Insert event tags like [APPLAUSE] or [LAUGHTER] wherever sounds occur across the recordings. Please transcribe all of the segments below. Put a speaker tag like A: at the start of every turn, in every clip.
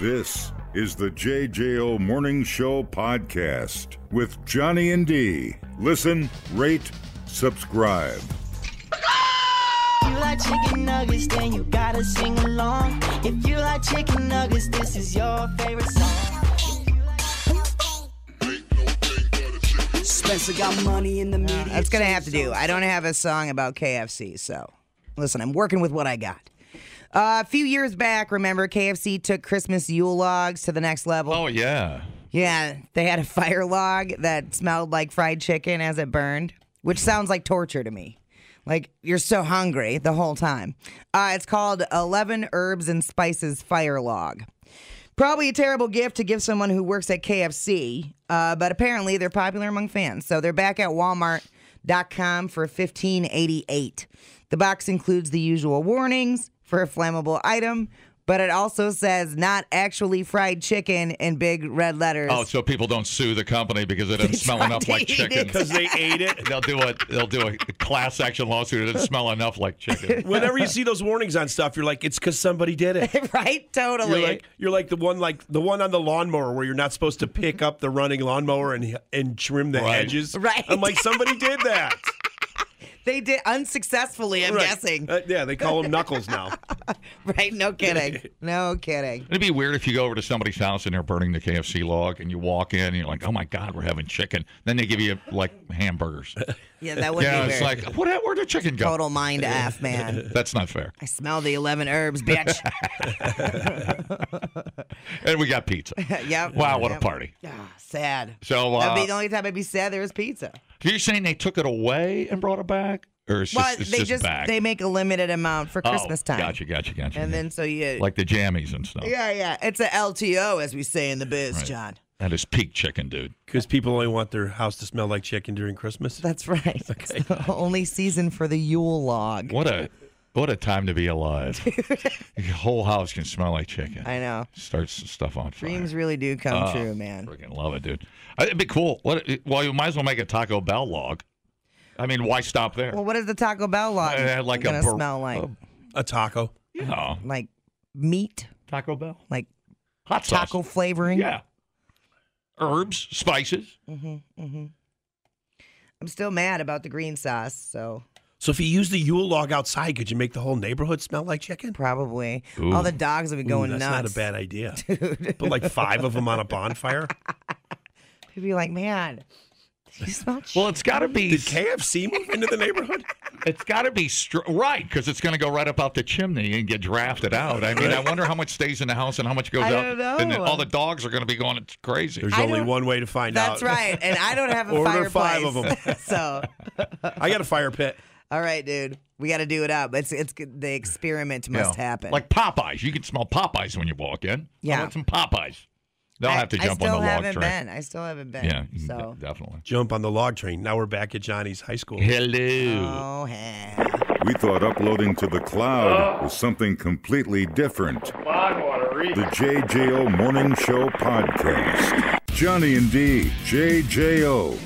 A: This is the JJO Morning Show podcast with Johnny and D. Listen, rate, subscribe.
B: If you like chicken nuggets, then you gotta sing along. If you like chicken nuggets, this is your favorite song. Spencer got money in the media.
C: That's gonna have to do. I don't have a song about KFC, so listen, I'm working with what I got. Uh, a few years back, remember KFC took Christmas Yule logs to the next level.
D: Oh yeah.
C: Yeah, they had a fire log that smelled like fried chicken as it burned, which sounds like torture to me. Like you're so hungry the whole time. Uh, it's called Eleven Herbs and Spices Fire Log. Probably a terrible gift to give someone who works at KFC, uh, but apparently they're popular among fans. So they're back at Walmart.com for 1588. The box includes the usual warnings for a flammable item, but it also says not actually fried chicken in big red letters.
D: Oh, so people don't sue the company because it didn't smell
C: tried
D: enough
C: to
D: like
C: eat
D: chicken.
C: it.
E: because they
C: [LAUGHS]
E: ate it.
D: They'll do a they'll do a class action lawsuit. It didn't smell enough like
C: [LAUGHS]
D: chicken.
E: Whenever you see those warnings on stuff, you're like, it's because somebody did it.
C: [LAUGHS] right? Totally.
E: You're like, you're like the one like the one on the lawnmower where you're not supposed to pick up the running lawnmower and and trim the
D: Right.
E: edges.
C: Right.
E: I'm like, somebody did that.
C: They did unsuccessfully, [LAUGHS] I'm
E: Right.
C: guessing.
E: Uh, yeah, they call them
C: [LAUGHS]
E: knuckles now.
C: Right?
E: [LAUGHS]
C: No kidding. No kidding.
D: It'd be weird if you go over to somebody's house and they're burning the KFC log, and you walk in and you're like, "Oh my God, we're having chicken." Then they give you like
C: [LAUGHS]
D: hamburgers.
C: Yeah, that would
D: yeah,
C: be
D: it's
C: weird.
D: like, what? Where did chicken go?
C: Total mind F, man.
D: That's not fair.
C: I smell the 11 herbs,
D: [LAUGHS]
C: bitch. [LAUGHS]
D: And we
C: [LAUGHS]
D: got pizza.
C: yep.
D: Wow, what a
C: Yep.
D: party!
C: Ah, sad.
D: So uh,
C: That'd be the only time I'd be sad there was pizza.
D: You're saying they took it away and brought it back, or it's just,
C: Well,
D: it's
C: they
D: just,
C: just
D: back?
C: they make a limited amount for
D: Oh,
C: Christmas time.
D: Gotcha, gotcha, gotcha.
C: And then so you
D: like the jammies and stuff.
C: Yeah, yeah. It's a LTO as we say in the biz,
D: Right.
C: John.
D: That is peak chicken, dude.
E: Because people only want their house to smell like chicken during Christmas.
C: That's right.
D: [LAUGHS]
C: It's the only season for the Yule log.
D: What a what a time to be alive.
C: [LAUGHS]
D: Your whole house can smell like chicken.
C: I know.
D: Starts stuff on fire.
C: Dreams really do
D: Ah,
C: come true, man.
D: Freaking love it, dude. Uh, It'd be cool. What? Well, you might as well make a Taco Bell log. I mean, why stop there?
C: Well, what is the Taco Bell log
D: I had Eh, like a
C: gonna
D: bur-
C: smell like?
D: a-
E: A taco.
D: you know,
C: like meat,
D: Taco Bell
C: like
D: hot sauce.
C: taco flavoring.
D: Yeah. Herbs, spices.
C: I'm still mad about the green sauce, so
E: So if you use the Yule log outside, could you make the whole neighborhood smell like chicken?
C: probably
D: Ooh.
C: all the dogs would be going
E: Ooh, that's
C: nuts.
E: not a
C: [LAUGHS]
E: bad idea. Put like five of them on a bonfire.
C: People be like, man, [LAUGHS] you smell
D: [LAUGHS] Well, it's got to be.
C: [LAUGHS]
E: Did KFC move into the neighborhood?
D: It's got to be str- right because it's going to go right up out the chimney and get drafted out. I mean, I wonder how much stays in the house and how much goes
C: I
D: out.
C: don't know.
D: And then all the dogs are going to be going it's crazy.
E: There's
C: I
E: only
C: don't-
E: one way to find out. [LAUGHS]
C: That's right, and I don't
D: [LAUGHS]
C: have a
E: Order
C: fireplace.
E: five
C: [LAUGHS]
E: of
C: so,
E: I got a fire pit.
C: all right, dude, we got to do it up. It's it's good- the experiment
D: You know,
C: must happen.
D: Like Popeyes, you can smell Popeyes when you walk in.
C: Yeah.
D: I want some Popeyes. They'll
C: I,
D: have to
C: I
D: jump on
C: still
D: the log
C: haven't
D: train.
C: been. I still haven't been.
D: Yeah, you can
C: So,
D: de- definitely.
E: jump on the log train. Now we're back at Johnny's high school.
D: Hello.
C: oh hey.
A: We thought uploading to the cloud was something completely different. The JJO Morning Show podcast. Johnny and D, JJO.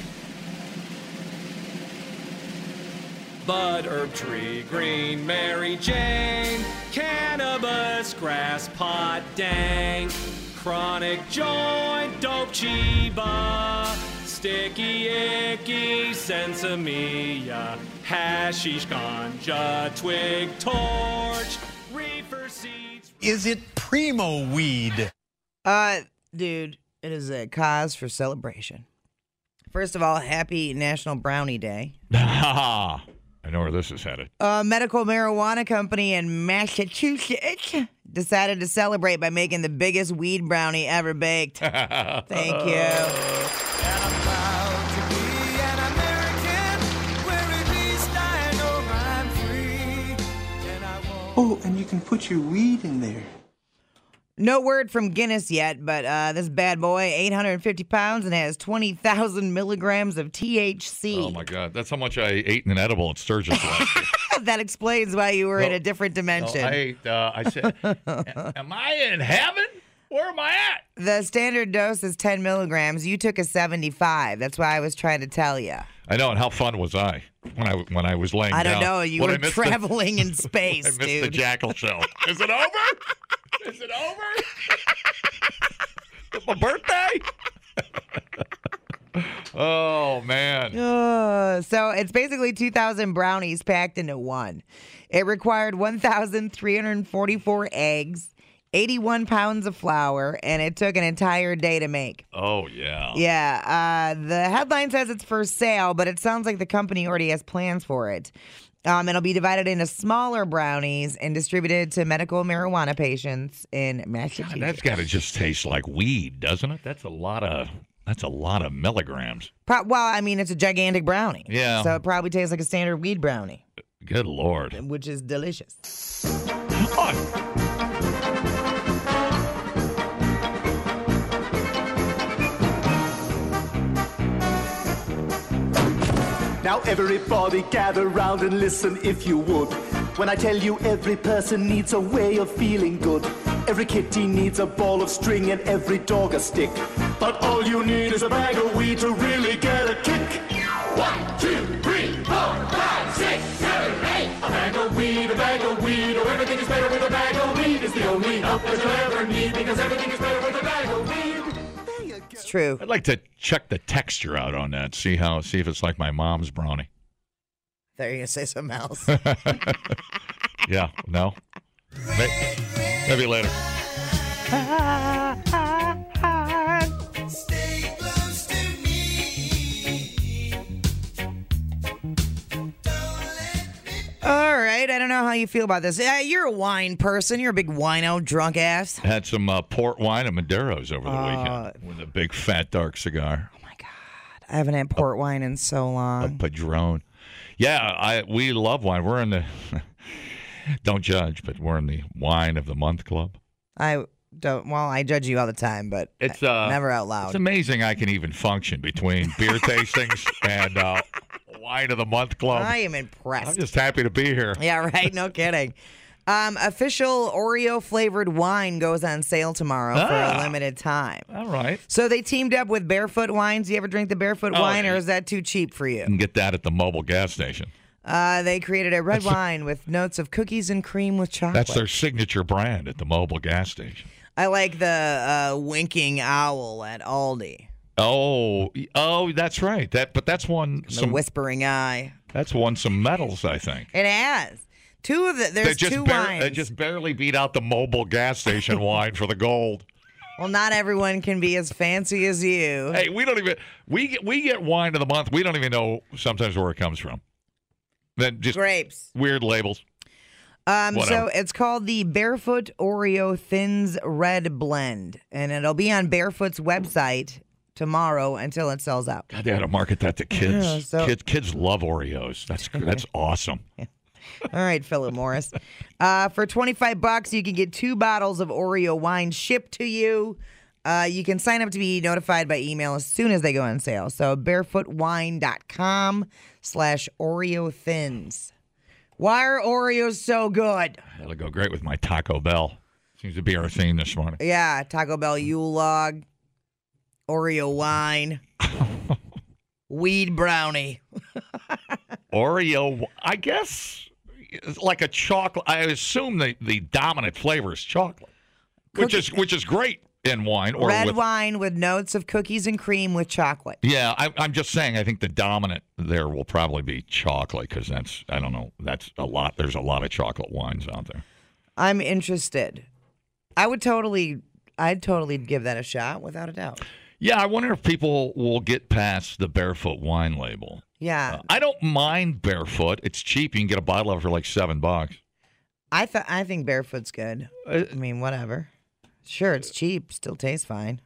F: Bud, herb tree, green, Mary Jane, cannabis, grass, pot, dank, chronic joint, dope, chiba, sticky, icky, sensimilla, hashish, ganja, twig, torch, reefer seeds.
G: Is it primo weed?
C: Uh, dude, it is a cause for celebration. First of all, happy National Brownie Day. Oh.
D: [LAUGHS] I know where this is headed.
C: A medical marijuana company in Massachusetts decided to celebrate by making the biggest weed brownie ever
D: [LAUGHS]
C: baked. Thank you.
H: Oh, and you can put your weed in there.
C: No word from Guinness yet, but uh, this bad boy, 850 pounds and has 20,000 milligrams of THC.
D: Oh my God, that's how much I ate in an edible at Sturgis last year.
C: [LAUGHS] that explains why you were in a different
D: No,
C: dimension.
D: I ate. Uh, I said, "Am I in heaven? Where am I at?"
C: The standard dose is 10 milligrams. You took a 75. That's why I was trying to tell you.
D: I know, and how fun was I when I when I was laying
C: I don't
D: down?
C: know. You
D: What, I
C: were
D: missed the-
C: traveling
D: [LAUGHS]
C: in
D: I
C: space,
D: missed the
C: dude.
D: jackal show. Is it over? Is it over? my birthday? oh, man.
C: Uh, so it's basically 2,000 brownies packed into one. It required 1,344 eggs, 81 pounds of flour, and it took an entire day to make.
D: Oh, yeah.
C: Yeah, uh, the headline says it's for sale, but it sounds like the company already has plans for it. Um, it'll be divided into smaller brownies and distributed to medical marijuana patients in Massachusetts.
D: That's got to just taste like weed, doesn't it? That's a lot of that's a lot of milligrams.
C: Pro- well, I mean, it's a gigantic brownie.
D: Yeah.
C: So it probably tastes like a standard weed brownie,
D: Good lord.
C: which is delicious.
I: Now everybody gather round and listen if you would. When I tell you every person needs a way of feeling good. Every kitty needs a ball of string and every dog a stick. But all you need is a bag of weed to really get a kick. One, two, three, four, five, six, seven, eight. A bag of weed, a bag of weed. Oh, everything is better with a bag of weed. It's the only help that you'll ever need because everything is better with a bag of weed. There you go.
C: It's true.
D: I'd like to check the texture out on that. See how see if it's like my mom's brownie.
C: There you go, say something
D: [LAUGHS]
C: else.
D: Yeah. No. May- Maybe later.
C: All right, I don't know how you feel about this. Uh, you're a wine person. You're a big wino drunk ass.
D: Had some uh, port wine and Maderos over the weekend with a big fat dark cigar.
C: I haven't had port wine in so
D: a
C: long.
D: padrone. Yeah, I we love wine. We're in the [LAUGHS] don't judge, but we're in the wine of the month club.
C: I don't. Well, I judge you all the time, but
D: It's uh,
C: never out
D: It's
C: loud.
D: amazing I can even function between beer tastings and uh, wine of the month club.
C: I am
D: I'm
C: impressed.
D: just happy to be here.
C: Yeah, right. No kidding. Um, official Oreo flavored wine goes on sale tomorrow for
D: Ah.
C: a limited time.
D: All right,
C: So they teamed up with Barefoot Wines. Do you ever drink the Barefoot
D: Oh,
C: wine, or
D: yeah. Mm.
C: is that too cheap for you?
D: you can get that at the mobile gas station.
C: Uh, they created a red wine with notes of cookies and cream with chocolate.
D: That's their signature brand at the mobile gas station.
C: I like the uh, winking owl at Aldi.
D: Oh, oh, that's right. That but that's won
C: The
D: some.
C: whispering eye.
D: That's won some medals, I think.
C: It has two of the. There's
D: they just
C: two
D: bar-
C: wines.
D: They just barely beat out the mobile
C: [LAUGHS]
D: gas station wine for the gold.
C: Well, not everyone can be as fancy as you.
D: Hey, we don't even we get, we get wine of the month. We don't even know sometimes where it comes from. Then just
C: Grapes.
D: weird labels.
C: Um, so
D: Whatever.
C: it's called the Barefoot Oreo Thins Red Blend, and it'll be on Barefoot's website tomorrow until it sells out.
D: God, they ought to market that to kids.
C: Yeah, so-
D: kids, kids love Oreos. That's that's awesome.
C: All right, Philip Morris. Uh, for 25 bucks, you can get two bottles of Oreo wine shipped to you. Uh, you can sign up to be notified by email as soon as they go on sale. So barefootwine.com slash Oreo Thins. Why are Oreos so good?
D: That'll go great with my Taco Bell. Seems to be our theme this morning.
C: Yeah, Taco Bell Yule log, Oreo
D: [LAUGHS]
C: wine, weed brownie.
D: Oreo, I guess, is like a chocolate. I assume the the dominant flavor is chocolate, which is which is great in wine or
C: Red
D: with
C: wine with notes of cookies and cream with chocolate.
D: Yeah, I, I'm just saying. I think the dominant there will probably be chocolate because that's I don't know. That's a lot. There's a lot of chocolate wines out there.
C: I'm interested. I would totally, I'd totally give that a shot without a doubt.
D: Yeah, I wonder if people will get past the barefoot wine label.
C: Yeah,
D: Uh, I don't mind barefoot. It's cheap. You can get a bottle of it for like seven bucks.
C: I th- I think barefoot's good.
D: Uh,
C: I mean, whatever. Sure, it's cheap, still tastes fine.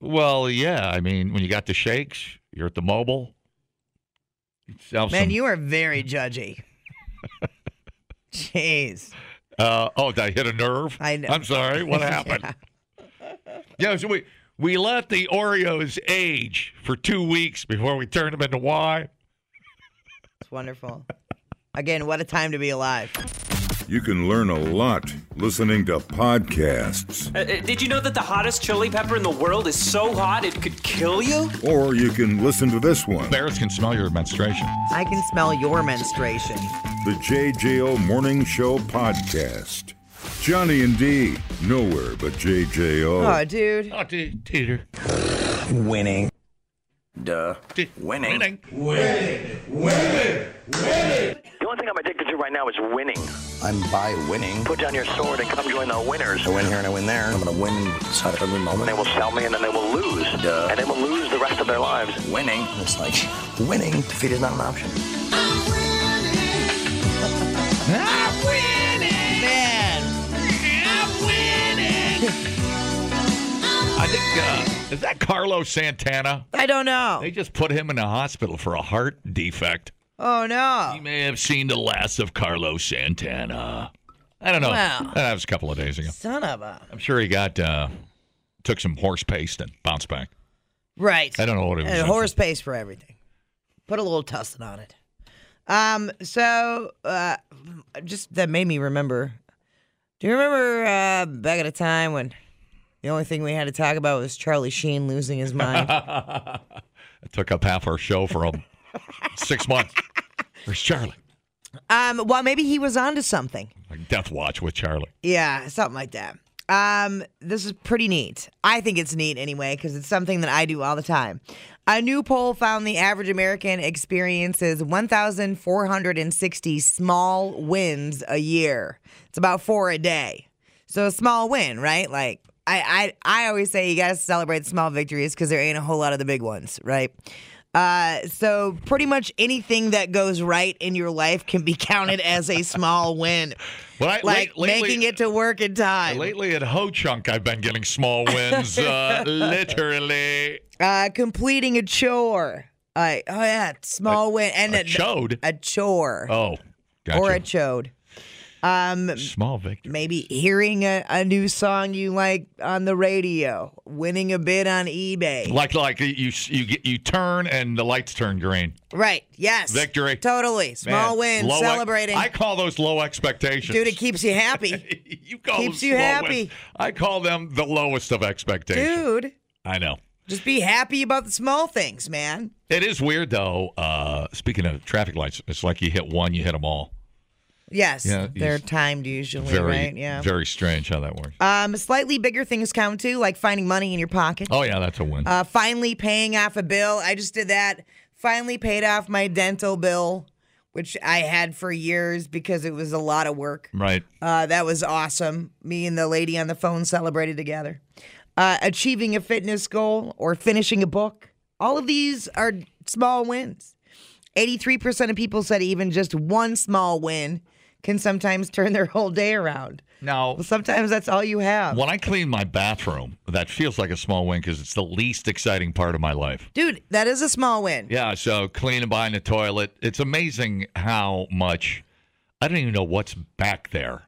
D: Well, yeah. I mean, when you got the shakes, you're at the mobile. Yourself
C: Man,
D: some-
C: you are very
D: [LAUGHS]
C: judgy. Jeez.
D: Uh, oh, did I hit a nerve?
C: I know.
D: I'm sorry.
C: [LAUGHS]
D: What happened? yeah. so we we let the Oreos age for two weeks before we turned them into wine.
C: It's wonderful. Again, what a time to be alive.
A: You can learn a lot listening to podcasts,
J: Uh, uh, did you know that the hottest chili pepper in the world is so hot it could kill you?
A: or you can listen to this one.
D: Bears can smell your menstruation.
C: I can smell your menstruation.
A: The JJO Morning Show Podcast. Johnny and D, nowhere but JJO.
C: Oh, dude.
D: Oh, dude, Teeter.
G: Winning.
K: Duh. Winning.
D: Winning.
K: Winning. Winning. Winning. The only thing I'm addicted to right now is winning.
G: I'm by winning.
K: Put down your sword and come join the winners.
G: I win here and I win there. I'm gonna win inside of every moment.
K: They will sell me and then they will lose.
G: Duh.
K: And they will lose the rest of their lives.
G: Winning. It's like winning. Defeat is not an option.
C: I'm winning. Man.
D: I'm winning. I think uh, is that Carlos Santana?
C: I don't know.
D: They just put him in a hospital for a heart defect.
C: Oh, no.
D: You may have seen the last of Carlos Santana. I don't know.
C: Wow.
D: That was a couple of days ago.
C: Son of a.
D: I'm sure he got uh, took some horse paste and bounced back.
C: Right.
D: I don't know what it was.
C: And Uh, horse paste for everything. Put a little tussin on it. Um. So, uh, just that made me remember. Do you remember uh, back at a time when the only thing we had to talk about was Charlie Sheen losing his mind?
D: [LAUGHS] It took up half our show for um, six months. Where's Charlie?
C: um. Well, maybe he was onto something.
D: Like Death Watch with Charlie.
C: Yeah, something like that. Um, this is pretty neat. I think it's neat anyway because it's something that I do all the time. A new poll found the average American experiences 1,460 small wins a year. It's about four a day. So a small win, right? Like I, I, I always say you got to celebrate small victories because there ain't a whole lot of the big ones, right? Uh, so pretty much anything that goes right in your life can be [LAUGHS] counted as a small win.
D: Well, I,
C: like
D: late- lately-
C: making it to work in time.
D: Lately at Ho Chunk, I've been getting small
C: [LAUGHS]
D: wins, uh, literally.
C: Uh, completing a chore. Uh, oh yeah, small win and
D: a chode?
C: A chore
D: Oh, gotcha.
C: or a chode. Um,
D: small victory.
C: maybe hearing a, a new song you like on the radio, winning a bid on eBay.
D: Like like you you get you turn and the lights turn green.
C: Right. Yes.
D: Victory.
C: Totally. Small
D: Man,
C: win.
D: low ex-
C: Celebrating.
D: I call those low expectations.
C: Dude,
D: [LAUGHS]
C: it keeps you happy.
D: you call
C: keeps
D: them
C: you
D: low
C: happy.
D: wins. I call them the lowest of expectations.
C: Dude,
D: I know.
C: just be happy about the small things, man.
D: It is weird though. Uh, speaking of traffic lights, it's like you hit one, you hit them all.
C: Yes.
D: Yeah,
C: they're
D: it's
C: timed usually,
D: Very
C: right? Yeah.
D: very strange how that works.
C: um, slightly bigger things count too, like finding money in your pocket.
D: Oh yeah, that's a win.
C: Uh, finally paying off a bill. I just did that. Finally paid off my dental bill, which I had for years because it was a lot of work.
D: right.
C: Uh, that was awesome. Me and the lady on the phone celebrated together. Uh, achieving a fitness goal or finishing a book. All of these are small wins. 83% of people said even just one small win can sometimes [LAUGHS] turn their whole day around.
D: Now
C: Well, sometimes that's all you have.
D: When I clean my bathroom, that feels like a small win because it's the least exciting part of my life.
C: Dude, that is a small win.
D: Yeah, so cleaning behind the toilet. It's amazing how much I don't even know what's back there.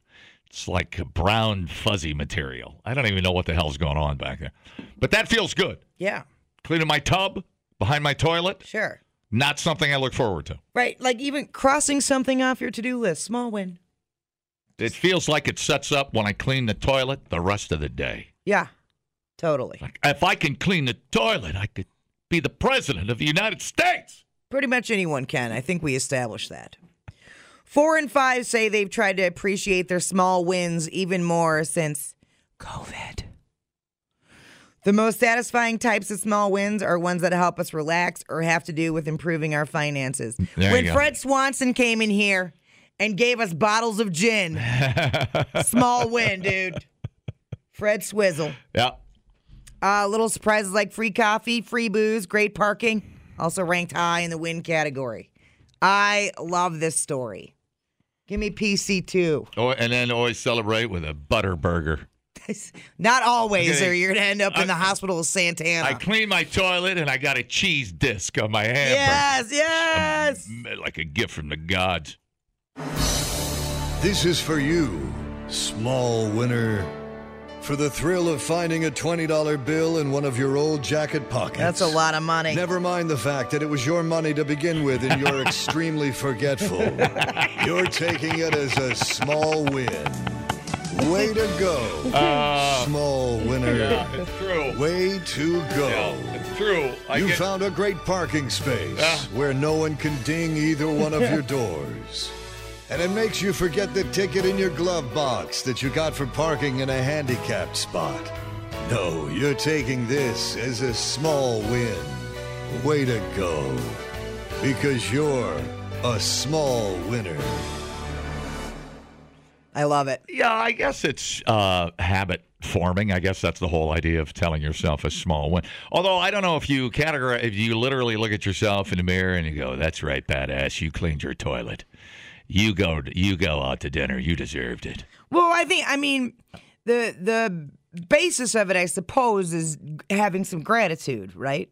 D: It's like brown fuzzy material. I don't even know what the hell's going on back there. But that feels good.
C: Yeah,
D: Cleaning my tub behind my toilet,
C: sure.
D: not something I look forward to.
C: Right. Like even crossing something off your to do list, small win.
D: It feels like it sets up when I clean the toilet the rest of the day.
C: Yeah, totally.
D: Like if I can clean the toilet, I could be the president of the United States.
C: Pretty much anyone can. I think we established that. Four and five say they've tried to appreciate their small wins even more since COVID. The most satisfying types of small wins are ones that help us relax or have to do with improving our finances.
D: There you
C: when
D: go.
C: Fred Swanson came in here and gave us bottles of
D: [LAUGHS]
C: gin, small win, dude. Fred Swizzle.
D: Yeah.
C: Uh, little surprises like free coffee, free booze, great parking, also ranked high in the win category. I love this story. Give me PC2.
D: Or, Oh, and then always celebrate with a butter burger.
C: Not always, or
D: Okay.
C: you're going to end up in the hospital with
D: I
C: Santana.
D: clean my toilet and I got a cheese disc on my hamburger.
C: Yes, yes.
D: Mm, Like a gift from the gods.
L: This is for you, small winner. For the thrill of finding a $20 bill in one of your old jacket pockets.
C: That's a lot of money.
L: Never mind the fact that it was your money to begin with and you're extremely forgetful. You're taking it as a small win. Way to go, small winner.
D: it's true.
L: Way to go.
D: it's true.
L: you found a great parking space
D: Yeah.
L: where no one can ding either one of your doors. And it makes you forget the ticket in your glove box that you got for parking in a handicapped spot. No, you're taking this as a small win. Way to go. Because you're a small winner.
C: I love it.
D: Yeah, I guess it's uh, habit forming. I guess that's the whole idea of telling yourself a small win. Although I don't know if you categorize, if you literally look at yourself in the mirror and you go, "That's right, badass, you cleaned your toilet. You go, you go out to dinner. You deserved it."
C: Well, I think I mean the the basis of it, I suppose, is having some gratitude, right?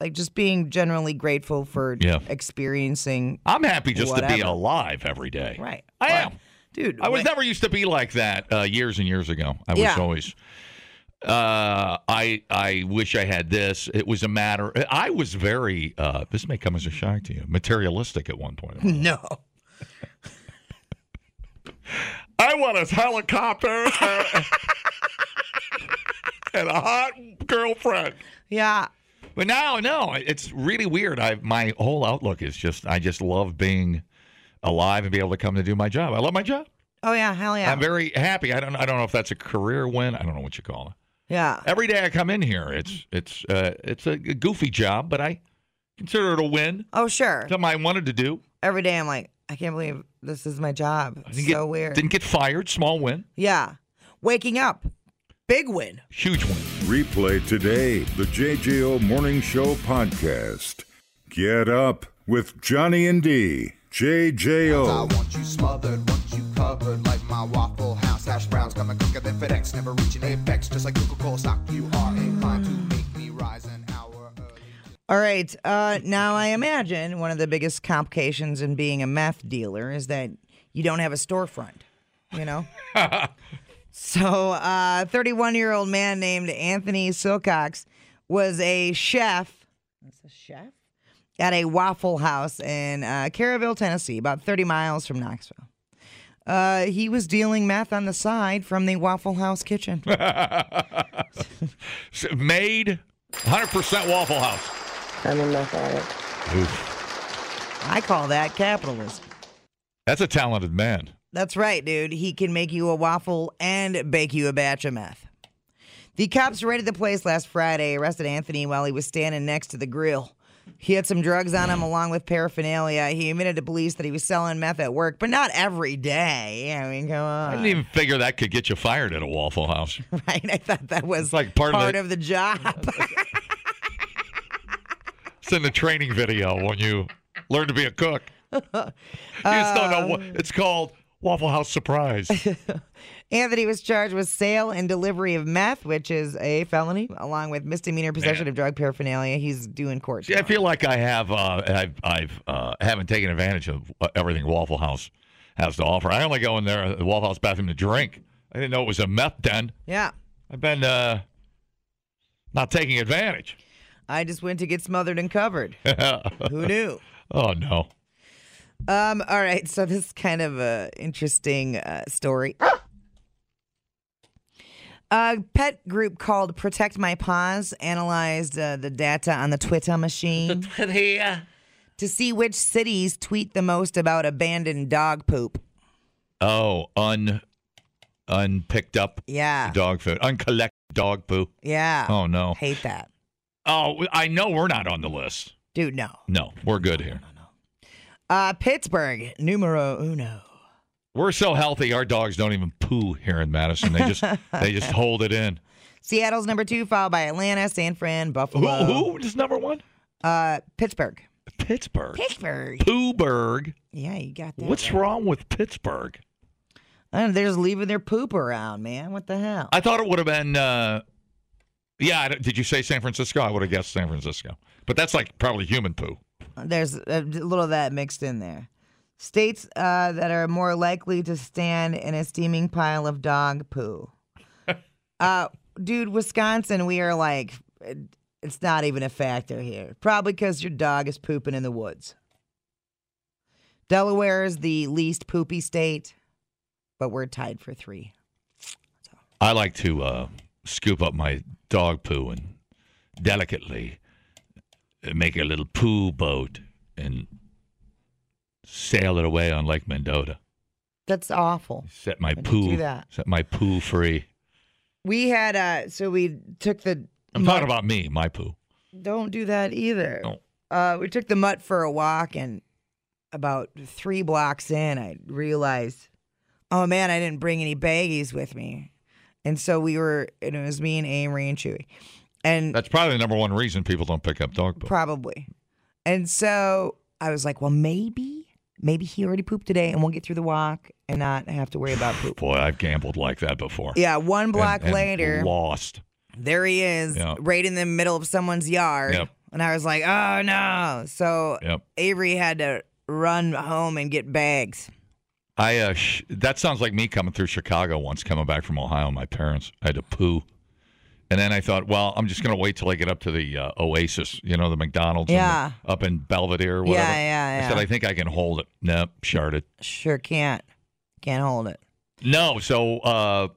C: Like just being generally grateful for
D: Yeah.
C: experiencing.
D: I'm happy just to be
C: whatever.
D: alive every day.
C: Right.
D: I
C: Well,
D: am.
C: dude.
D: I was
C: wait.
D: never used to be like that uh, years and years ago. I
C: Yeah.
D: was always. Uh, I I wish I had this. It was a matter. I was very. Uh, this may come as a shock to you. Materialistic at one point. [LAUGHS]
C: No.
D: I want a helicopter [LAUGHS] and, and a hot girlfriend.
C: Yeah.
D: But now, no, it's really weird. I my whole outlook is just I just love being alive and be able to come to do my job. I love my job.
C: Oh yeah, hell yeah.
D: I'm very happy. I don't I don't know if that's a career win. I don't know what you call it.
C: yeah.
D: Every day I come in here, it's it's uh, it's a goofy job, but I consider it a win.
C: Oh sure.
D: Something I wanted to do.
C: Every day I'm like, I can't believe this is my job. It's so
D: Didn't get,
C: weird.
D: Didn't get fired. Small win.
C: yeah. Waking up. Big win.
D: Huge win. [LAUGHS]
A: Replay today the JJO Morning Show podcast. Get up with Johnny and D. JJO.
M: want you smothered, want you covered like my waffle house. Hash browns coming quicker than FedEx, never reaching apex. Just like Coca-Cola stock, you are inclined to make me rise an hour.
C: All right. Uh, now, I imagine one of the biggest complications in being a meth dealer is that you don't have a storefront, you know? so, uh, a 31 year old man named Anthony Silcox was a chef. That's a chef? At a Waffle House in uh, Caraville, Tennessee, about 30 miles from Knoxville. Uh, he was dealing meth on the side from the Waffle House kitchen.
D: S- Made 100% Waffle House.
C: I'm a meth addict.
D: Oof.
C: I call that capitalism.
D: That's a talented man.
C: That's right, dude. He can make you a waffle and bake you a batch of meth. The cops raided the place last Friday, arrested Anthony while he was standing next to the grill. He had some drugs on him along with paraphernalia. He admitted to police that he was selling meth at work, but not every day. I mean, come
D: I
C: on.
D: didn't even figure that could get you fired at a Waffle House.
C: [LAUGHS] Right? I thought that was
D: like part,
C: part
D: of,
C: of the
D: [LAUGHS]
C: job.
D: the, it's in the training video when you learn to be a cook. You just don't know
C: Um,
D: what it's called. Waffle House surprise.
C: [LAUGHS] Anthony was charged with sale and delivery of meth, which is a felony, along with misdemeanor possession of drug paraphernalia. He's due in court.
D: Yeah, I feel like I have. Uh, I've, I've uh, haven't taken advantage of uh, everything Waffle House has to offer. I only go in there the Waffle House bathroom to drink. I didn't know it was a meth den.
C: Yeah.
D: I've been uh, not taking advantage.
C: I just went to get smothered and
D: [LAUGHS]
C: covered. Who knew?
D: Oh no.
C: Um, all right, so this is kind of a interesting uh, story. A pet group called Protect My Paws analyzed uh, the data on the Twitter
D: [LAUGHS]
C: machine to see which cities tweet the most about abandoned dog poop.
D: Oh, un unpicked up
C: Yeah.
D: dog food, uncollected dog poo.
C: Yeah.
D: Oh no.
C: Hate that.
D: Oh, I know we're not on the list.
C: Dude, no.
D: No, we're good here.
C: Uh, Pittsburgh, numero uno.
D: We're so healthy. Our dogs don't even poo here in Madison. They just they just hold it in.
C: Seattle's number two, followed by Atlanta, San Fran,
D: Who,
C: Buffalo.
D: who is number one?
C: Uh, Pittsburgh.
D: Pittsburgh.
C: Pittsburgh.
D: Pooberg.
C: Yeah, you got that.
D: What's
C: right.
D: wrong with Pittsburgh?
C: I don't know, they're just leaving their poop around, man. What the hell?
D: I thought it would have been. Uh, yeah, I don't- did you say San Francisco? I would have guessed San Francisco, but that's like probably human poo.
C: There's a little of that mixed in there. States uh, that are more likely to stand in a steaming pile of dog poo. uh, dude, Wisconsin, we are like, it- it's not even a factor here. Probably because your dog is pooping in the woods. Delaware is the least poopy state, but we're tied for three.
D: I like to uh, scoop up my dog poo and uh, delicately make a little poo boat and sail it away on Lake Mendota.
C: That's awful.
D: Set my
C: Why'd you
D: poo.
C: do that?
D: Set my poo free.
C: We had uh so we took the
D: I'm talking about me, my poo.
C: Don't do that either.
D: No.
C: Uh, we took the mutt for a walk, and about three blocks in, I realized, oh man, I didn't bring any baggies with me. And so we were, and it was me and Amory and Chewy, and
D: That's probably the number one reason people don't pick up dog poo.
C: probably. And so I was like, well, maybe, maybe he already pooped today, and we'll get through the walk and not have to worry about
D: [LAUGHS]
C: poop.
D: Boy, I've gambled like that before.
C: Yeah, one
D: And-
C: block
D: and
C: later-
D: Lost.
C: There he is,
D: Yeah.
C: right in the middle of someone's yard.
D: Yep.
C: And I was like, oh no. So
D: Yep.
C: Avery had to run home and get bags.
D: I uh, sh- that sounds like me coming through Chicago once, coming back from Ohio. My parents, I had to poo, and then I thought, well, I'm just gonna wait till I get up to the uh, Oasis, you know, the McDonald's, and the-
C: Yeah.
D: up in Belvedere, or whatever.
C: Yeah, yeah,
D: I said,
C: yeah.
D: I think I can hold it. Nope, sharded.
C: Sure can't. Can't hold it.
D: No, so uh,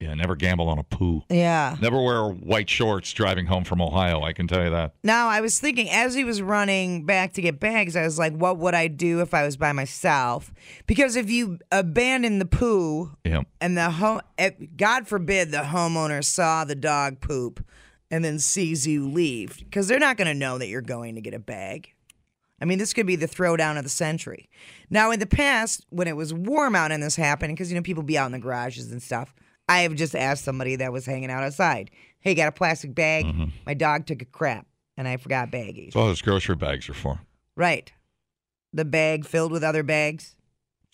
D: yeah, never gamble on a poo.
C: Yeah.
D: Never wear white shorts driving home from Ohio. I can tell you that.
C: Now I was thinking as he was running back to get bags, I was like, what would I do if I was by myself? Because if you abandon the poo
D: Yeah.
C: and the home, if, God forbid the homeowner saw the dog poop and then sees you leave, because they're not going to know that you're going to get a bag. I mean, this could be the throwdown of the century. Now, in the past, when it was warm out and this happened, because you know people be out in the garages and stuff, I have just asked somebody that was hanging out outside, "Hey, got a plastic bag? My dog took a crap, and I forgot baggies."
D: That's all those grocery bags are for.
C: Right, the bag filled with other bags.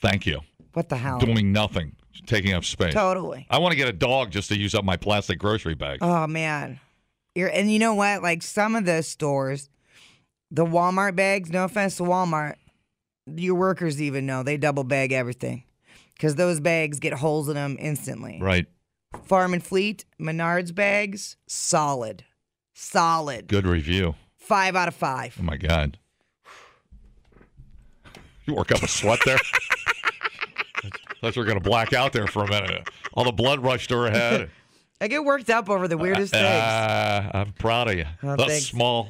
D: Thank you.
C: What the hell?
D: Doing nothing, taking up space.
C: Totally.
D: I want to get a dog just to use up my plastic grocery bag.
C: Oh man, you're and you know what? Like some of the stores, the Walmart bags. No offense to Walmart, your workers even know they double bag everything, because those bags get holes in them instantly.
D: Right.
C: Farm and Fleet, Menards bags, solid, solid.
D: Good review.
C: Five out of five.
D: Oh my God. You work up a sweat there. [LAUGHS] Thought you were gonna black out there for a minute. All the blood rushed to
C: [LAUGHS]
D: her head.
C: I get worked up over the weirdest things.
D: Uh, I'm proud of you.
C: Oh,
D: That's
C: thanks.
D: small,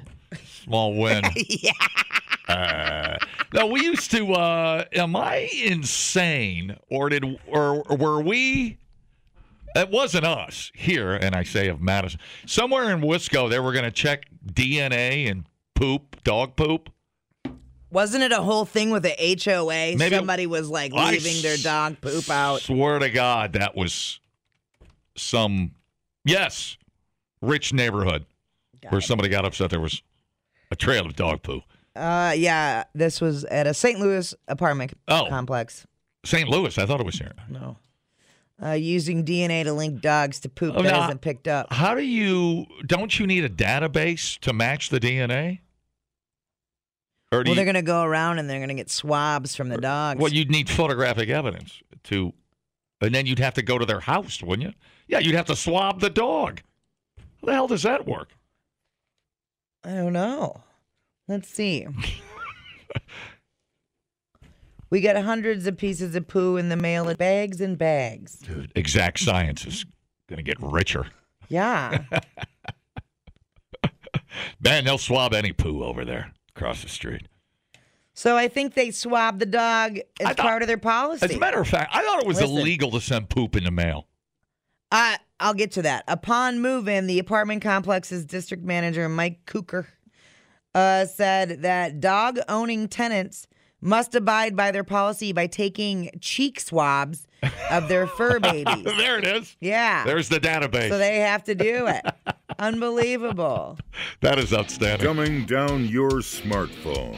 D: small win.
C: [LAUGHS] [LAUGHS] yeah.
D: Uh, no, we used to. Uh, am I insane, or did, or were we? It wasn't us here, and I say of Madison. Somewhere in Wisco, they were going to check DNA and poop, dog poop.
C: Wasn't it a whole thing with the HOA?
D: Maybe-
C: Somebody was like
D: I
C: leaving their dog poop out.
D: Swear to God, that was some yes, rich neighborhood where somebody got upset. There was a trail of dog poo.
C: Uh, yeah, this was at a St. Louis apartment
D: Oh.
C: complex.
D: St. Louis, I thought it was here.
C: No. Uh, using DNA to link dogs to poop
D: Oh,
C: that
D: no.
C: isn't picked up.
D: How do you? Don't you need a database to match the DNA? Or do
C: Well, they're
D: you,
C: gonna go around and they're gonna get swabs from the dogs.
D: well, you'd need photographic evidence to, and then you'd have to go to their house, wouldn't you? Yeah, you'd have to swab the dog. How the hell does that work?
C: I don't know. Let's
D: [LAUGHS]
C: see. we got hundreds of pieces of poo in the mail, and bags and bags.
D: Dude, exact science is going to get richer. [LAUGHS]
C: Yeah.
D: Man, they'll swab any poo over there across the street.
C: so I think they swab the dog as part of their policy.
D: As a matter of fact, I thought it was
C: Listen.
D: illegal to send poop in the mail.
C: I I'll get to that. Upon move-in, the apartment complex's district manager Mike Cooker uh, said that dog-owning tenants must abide by their policy by taking cheek swabs of their fur babies.
D: there it is.
C: Yeah.
D: There's the database.
C: Ah. so they have to do it. Unbelievable.
D: that is outstanding.
A: Dumbing down your smartphone.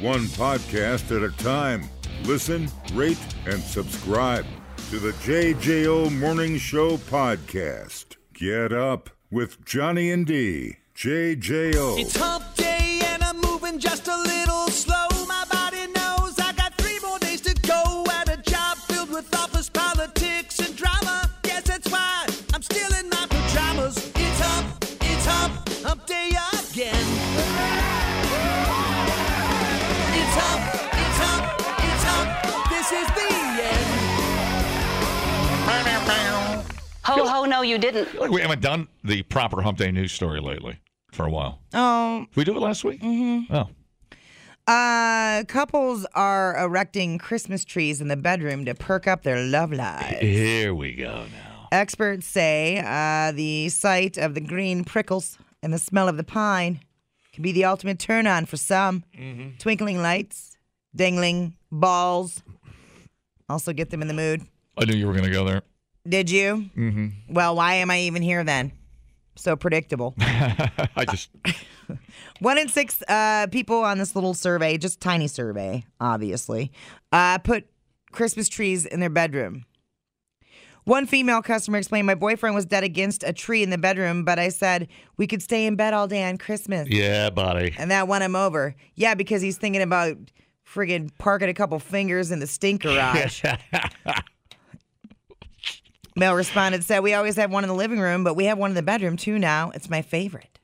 A: One podcast at a time. Listen, rate, and subscribe to the JJO Morning Show podcast. Get up with Johnny and D. JJO.
B: It's hump day and I'm moving just a little slow. My body knows I got three more days to go at a job filled with office politics and drama. Yes, that's why I'm still in my pajamas. It's hump, it's hump, hump day again. It's hump, it's hump, it's hump. This is the end.
N: Ho, ho, no, you didn't.
D: Like we haven't done the proper Hump Day news story lately for a while.
C: Oh,
D: Did we do it last week? Mm-hmm. Oh,
C: Uh, couples are erecting Christmas trees in the bedroom to perk up their love lives.
D: Here we go now.
C: Experts say uh, the sight of the green prickles and the smell of the pine can be the ultimate turn on for some.
D: Mhm.
C: Twinkling lights, dangling balls also get them in the mood.
D: I knew you were going to go there.
C: Did you?
D: hmm
C: Well, why am I even here then? So predictable.
D: I
C: [LAUGHS]
D: just
C: One in six uh, people on this little survey, just tiny survey, obviously, uh, put Christmas trees in their bedroom. One female customer explained, "My boyfriend was dead against a tree in the bedroom, but I said we could stay in bed all day on Christmas,
D: yeah, buddy.
C: and that won him over. Yeah, because he's thinking about friggin' parking a couple fingers in the stink garage." Male responded, said, We always have one in the living room, but we have one in the bedroom too now. It's my favorite.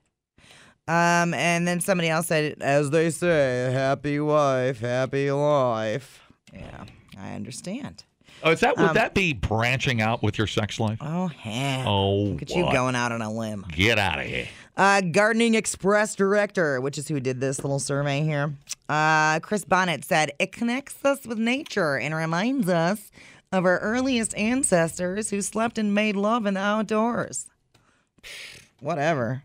C: Um, and then somebody else said, As they say, happy wife, happy life. Yeah, I understand.
D: Oh, is that would
C: Um,
D: that be branching out with your sex life?
C: Oh hell!
D: Oh,
C: Look at you
D: what?
C: going out on a limb.
D: Get out of here.
C: Uh, Gardening Express director, which is who did this little survey here, uh, Chris Bonnet said, It connects us with nature and reminds us of our earliest ancestors who slept and made love in the outdoors. Whatever.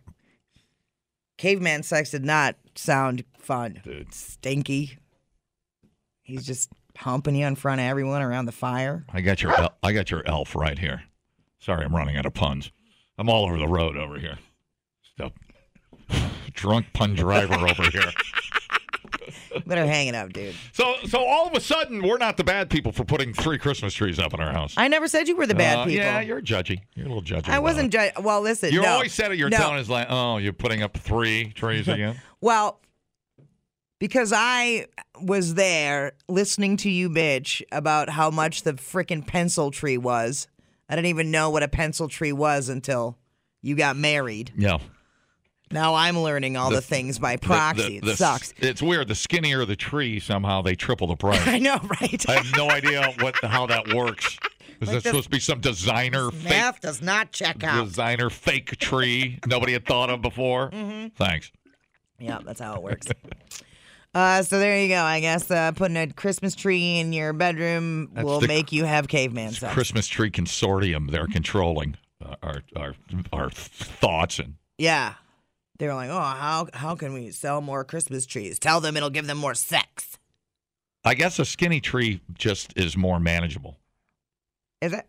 C: Caveman sex did not sound fun. Stinky. He's just humping you in front of everyone around the fire.
D: I got your el- I got your elf right here. Sorry, I'm running out of puns. I'm all over the road over here. Just a [SIGHS] drunk pun driver over
C: [LAUGHS]
D: here.
C: Better hang it up, dude.
D: So so all of a sudden we're not the bad people for putting three Christmas trees up in our house.
C: I never said you were the bad
D: Uh,
C: people.
D: Yeah, you're judgy. You're a little judgy.
C: I wasn't judge. Well, listen.
D: You
C: no.
D: always said it. Your
C: no.
D: tone is like, oh, you're putting up three
C: [LAUGHS]
D: trees again.
C: Well, because I was there listening to you bitch about how much the freaking pencil tree was. I didn't even know what a pencil tree was until you got married.
D: yeah.
C: Now I'm learning all the, things by proxy. it sucks. [LAUGHS]
D: It's weird. The skinnier the tree, somehow they triple the price.
C: I know, right?
D: I have no idea what how that
C: [LAUGHS]
D: works. Is
C: Like
D: that
C: this-
D: supposed to be some designer
C: [LAUGHS]
D: fake
C: Math does not check out.
D: designer fake tree nobody had thought
C: [LAUGHS]
D: of before?
C: Mm-hmm.
D: Thanks.
C: Yeah, that's how it works. [LAUGHS] Uh, so there you go. I guess uh, putting a Christmas tree in your bedroom
D: That's
C: will
D: the-
C: make you have caveman sex.
D: Christmas tree consortium. They're controlling uh, our our our thoughts and
C: Yeah. They were like, oh, how how can we sell more Christmas trees? Tell them it'll give them more sex.
D: I guess a skinny tree just is more manageable.
C: Is it?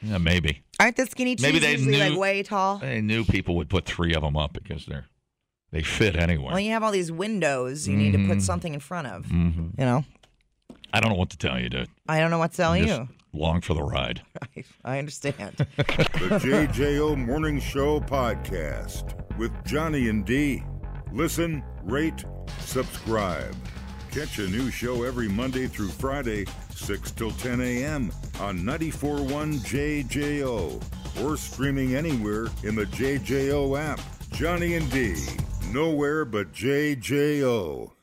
D: Yeah, maybe.
C: Aren't the skinny trees
D: Maybe they
C: usually
D: knew-
C: like way tall?
D: I knew people would put three of them up because they're they fit anywhere.
C: Well, you have all these windows you need to put
D: Mhm.
C: something in front of.
D: Mhm.
C: You know?
D: I don't know what to tell you, dude.
C: I don't know what to tell
D: Just
C: you. [LAUGHS]
D: Long for the ride.
C: I understand.
A: The JJO Morning Show podcast with Johnny and D. Listen, rate, subscribe. Catch a new show every Monday through Friday, 6 till 10 a.m. on 941 JJO or streaming anywhere in the JJO app. Johnny and D. Nowhere but JJO.